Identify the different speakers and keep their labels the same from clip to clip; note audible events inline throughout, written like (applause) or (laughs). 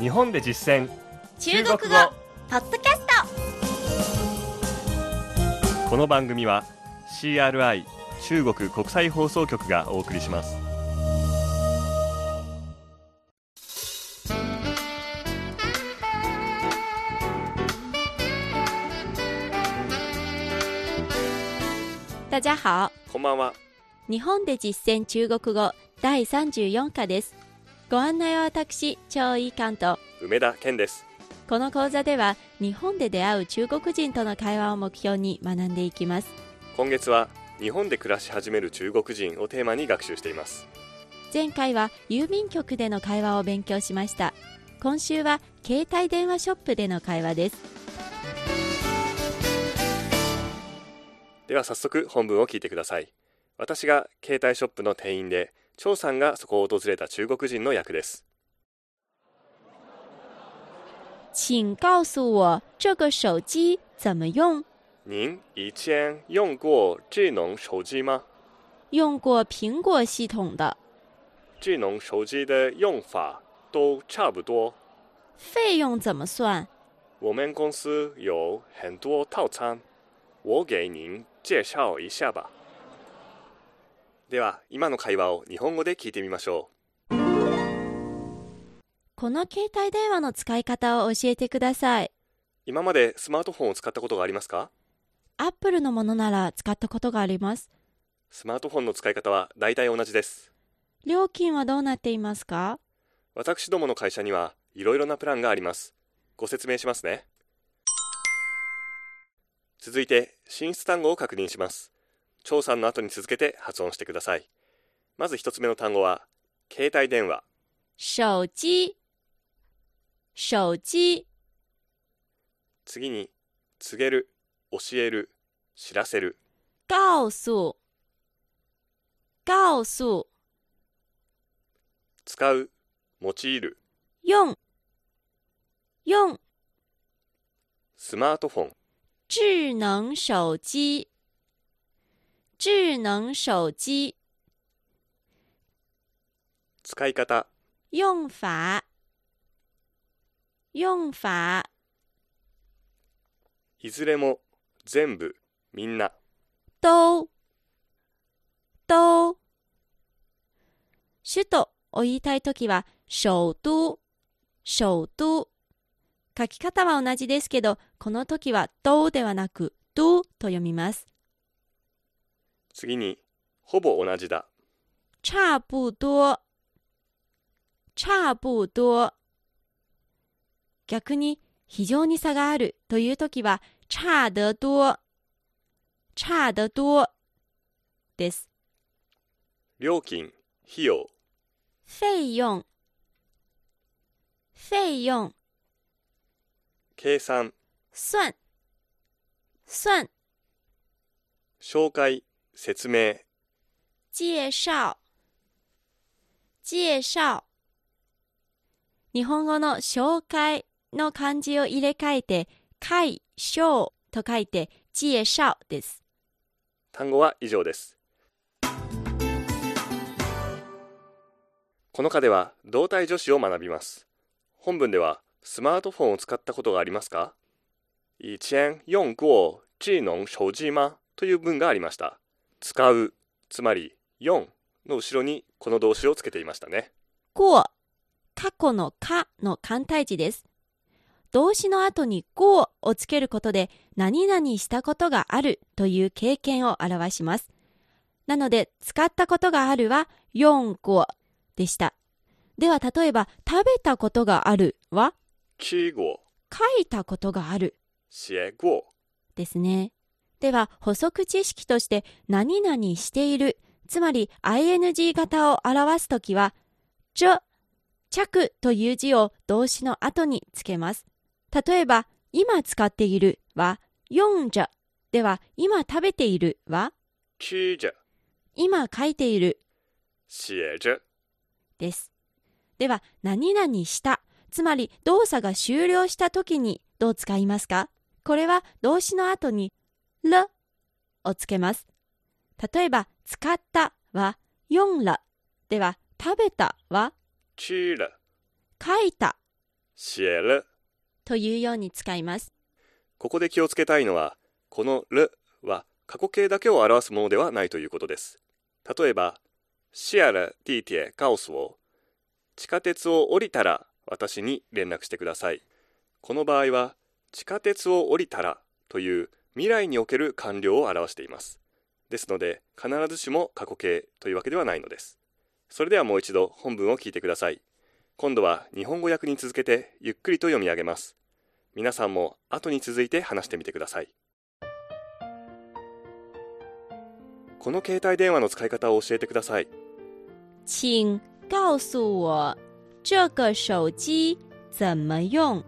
Speaker 1: 日本で実践
Speaker 2: 中国語ポッドキャス
Speaker 1: この番組は CRI 中国国際放送局がお送りします
Speaker 2: ト大家好
Speaker 1: こんばんは
Speaker 2: 日本で実践中国語第34課ですご案内は私張井関と
Speaker 1: 梅田健です
Speaker 2: この講座では日本で出会う中国人との会話を目標に学んでいきます
Speaker 1: 今月は日本で暮らし始める中国人をテーマに学習しています
Speaker 2: 前回は郵便局での会話を勉強しました今週は携帯電話ショップでの会話です
Speaker 1: では早速本文を聞いてください私が携帯ショップの店員で張さんがそこを訪れた中国人の役です
Speaker 2: 请告诉我这个手机怎么用？
Speaker 1: 您以前用过智能手机吗
Speaker 2: 用过苹果系统的，
Speaker 1: 智能手机的用法都差不多
Speaker 2: 费用怎么算？
Speaker 1: 我们公司有很多套餐，我给您介绍一下吧。では、今の会話を日本語で聞いてみましょ
Speaker 2: この携帯電話の使い方を教えてください。
Speaker 1: う。今までスマートフォンを使ったことがありますか
Speaker 2: アップルのものなら使ったことがあります。
Speaker 1: スマートフォンの使い方は大体同じです。
Speaker 2: 料金はどうなっていますか
Speaker 1: 私どもの会社にはいろいろなプランがあります。ご説明しますね。続いて、進出単語を確認します。張さんの後に続けて発音してください。まず一つ目の単語は、携帯電話。
Speaker 2: 手機、手機、
Speaker 1: 次に、告げる、教える、知らせる。
Speaker 2: 告訴、告訴、
Speaker 1: 使う、用いる、
Speaker 2: 用、用、
Speaker 1: スマートフォン、
Speaker 2: 智能手机，智能手机。
Speaker 1: 使い方、
Speaker 2: 用法，用法，
Speaker 1: いずれも、全部、みんな、
Speaker 2: 都，都。首都を言いたいときは、首都、首都。書き方は同じですけど、この時は、都ではなく、都と読みます。
Speaker 1: 次に、ほぼ同じだ、
Speaker 2: 差不多，差不多。逆に非常に差があるというときは差得多、差得多です。
Speaker 1: 料金、費用、
Speaker 2: 費用、費用、
Speaker 1: 計算、
Speaker 2: 算、算、
Speaker 1: 紹介、説明、
Speaker 2: 介紹、介紹。日本語の紹介の漢字を入れ替えて、介紹と書いて、介紹です。
Speaker 1: 単語は以上です。この課では、動体助詞を学びます。本文では、スマートフォンを使ったことがありますか以前用过智能手机吗という文がありました。使う、つまり、用の後ろにこの動詞をつけていましたね。
Speaker 2: 過過去のかの簡体字です。動詞の後に過をつけることで何々したことがあるという経験を表します。なので使ったことがあるは4過でした。では例えば食べたことがあるは
Speaker 1: 吃过、
Speaker 2: 書いたことがある
Speaker 1: 写过、
Speaker 2: ですね。では補足知識として何々しているつまり ing 型を表すときは「ちょ」「着」という字を動詞の後につけます例えば「今使っている」は「読んじゃ」では「今食べている」は
Speaker 1: 吃着、
Speaker 2: 「今書いている
Speaker 1: 写着、」
Speaker 2: ですでは「何々した」つまり動作が終了したときにどう使いますかこれは動詞の後に「る」をつけます例えば「使った」は「読んら」では「食べた」は「
Speaker 1: 吃了、
Speaker 2: 書いた
Speaker 1: 写了。
Speaker 2: というように使います。
Speaker 1: ここで気をつけたいのは、このるは過去形だけを表すものではないということです。例えば、シアラ地铁告诉我、地下鉄を降りたら私に連絡してください。この場合は、地下鉄を降りたらという未来における完了を表しています。ですので、必ずしも過去形というわけではないのです。それではもう一度本文を聞いてください。今度は日本語訳に続けてゆっくりと読み上げます。皆さんも後に続いて話してみてくださいこの携帯電話の使い方を教えてください
Speaker 2: 请告诉我这个手机怎么用。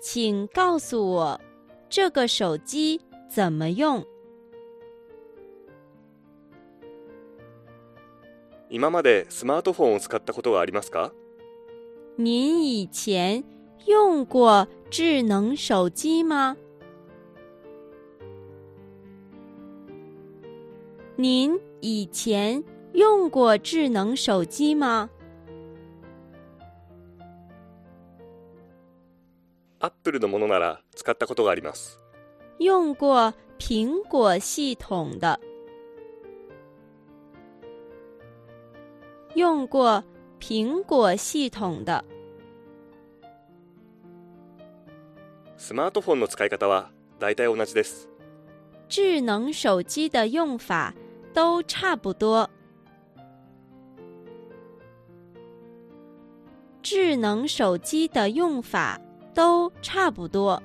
Speaker 2: 请告诉我这个手机怎么用。
Speaker 1: 今までスマートフォンを使ったことがありますか
Speaker 2: 您以前用过智能手机吗？您以前用过智能手机吗？
Speaker 1: アップルのものなら使ったことがあります
Speaker 2: 用过苹果系统的，用过苹果系统的。
Speaker 1: スマートフォンの使い方は大体同じです
Speaker 2: 智能手机的用法都差不多。智能手机的用法都差不多。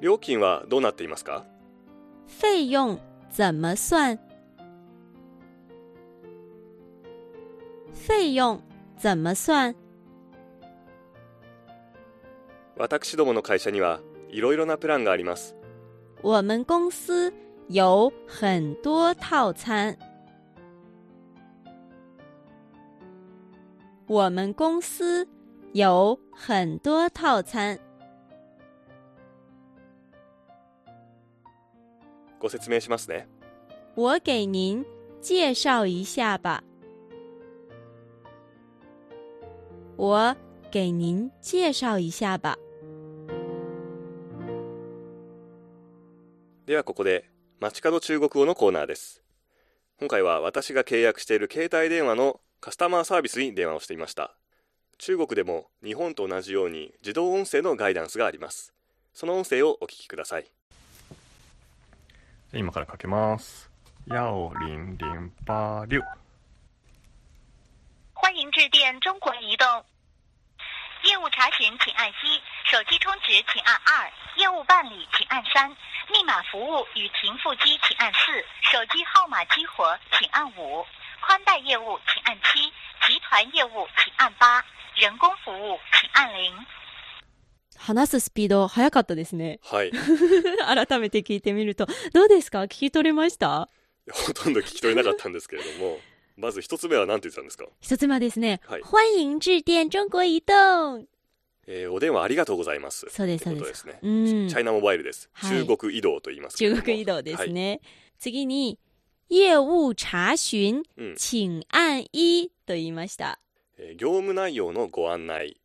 Speaker 1: 料金はどうなっていますか
Speaker 2: 费用怎么算？费用怎么算？
Speaker 1: 私どもの会社にはいろいろなプランがあります
Speaker 2: 我们公司有很多套餐。我们公司有很多套餐。
Speaker 1: ご説明しますね
Speaker 2: 我给您介绍一下吧。我给您介绍一下吧。
Speaker 1: ではここで街角中国語のコーナーです今回は私が契約している携帯電話のカスタマーサービスに電話をしていました中国でも日本と同じように自動音声のガイダンスがありますその音声をお聞きください今からかけます10086
Speaker 3: 欢迎致电中国移动。业务查询请按一，手机充值请按二，业务办理请按三，密码服务与停付机请按四，手机号码激活请按五，宽带业务请按七，集团业务请按八，人工服务请按零。
Speaker 2: 話すスピード早かったですね。
Speaker 1: はい
Speaker 2: (laughs)
Speaker 1: (laughs)
Speaker 2: 改めて聞いてみるとどうですか？聞き取れました？
Speaker 1: ほとんど聞き取れなかったんですけれどもまず一つ目は何て言ってたんですか、
Speaker 2: 一つ目はですね、
Speaker 1: はい
Speaker 2: 欢迎致電中国移動。
Speaker 1: えーお電話ありがとうございます
Speaker 2: そうです
Speaker 1: ってこと
Speaker 2: そう
Speaker 1: で
Speaker 2: です
Speaker 1: ね
Speaker 2: うん
Speaker 1: チャイナモバイルです、
Speaker 2: はい
Speaker 1: 中国移動と言いますけれど
Speaker 2: 中
Speaker 1: も
Speaker 2: 国移動です
Speaker 1: はい
Speaker 2: ね。次に、業務查詢、
Speaker 1: うん
Speaker 2: 请按一と言いました。
Speaker 1: えー業務内容のご案内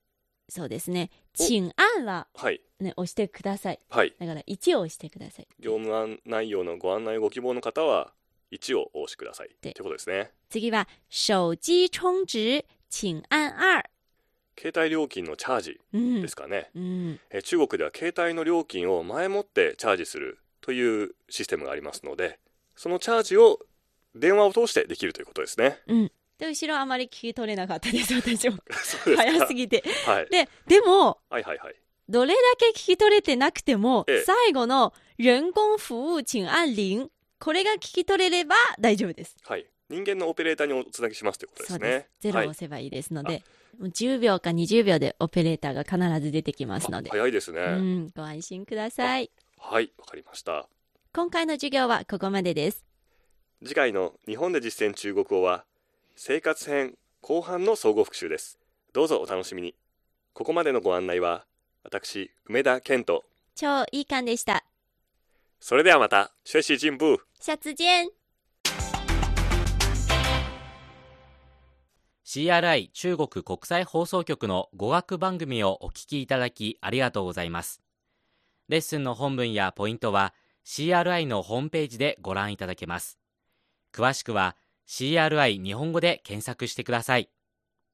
Speaker 2: そうですね。
Speaker 1: お
Speaker 2: 请按は、
Speaker 1: はい
Speaker 2: ね、押してください。
Speaker 1: はい
Speaker 2: だから1を押してください。
Speaker 1: 業務案内容のご案内をご希望の方は1をお押しくださいとい
Speaker 2: で
Speaker 1: うことですね
Speaker 2: 次は、手機充值、请按二。
Speaker 1: 携帯料金のチャージ
Speaker 2: うん
Speaker 1: で。すかね、
Speaker 2: うん、
Speaker 1: えー中国では携帯の料金を前もってチャージするというシステムがありますのでそのチャージを電話を通してできるということですね
Speaker 2: うん。で、後ろあまり聞き取れなかったです、私も。
Speaker 1: (laughs) そうですか
Speaker 2: 早すぎて。
Speaker 1: はい、
Speaker 2: で、でも、
Speaker 1: はいはいはい
Speaker 2: どれだけ聞き取れてなくても、
Speaker 1: ええ
Speaker 2: 最後の人工服務请按零これが聞き取れれば大丈夫です。
Speaker 1: はい人間のオペレーターにおつなぎしますということですね
Speaker 2: ゼロを
Speaker 1: はい
Speaker 2: 押せばいいですので、もう10秒か20秒でオペレーターが必ず出てきますので、
Speaker 1: 早いですね、
Speaker 2: うん、ご安心ください。
Speaker 1: はいわかりました
Speaker 2: 今回の授業はここまでです。
Speaker 1: 次回の日本で実践中国語は生活編後半の総合復習ですどうぞお楽しみにここまでのご案内は私梅田健人
Speaker 2: 超いい感でした。
Speaker 1: それではまた学習進步
Speaker 2: 下次见。
Speaker 4: CRI 中国国際放送局の語学番組をお聞きいただきありがとうございます。レッスンの本文やポイントは CRI のホームページでご覧いただけます。詳しくは CRI 日本語で検索してください。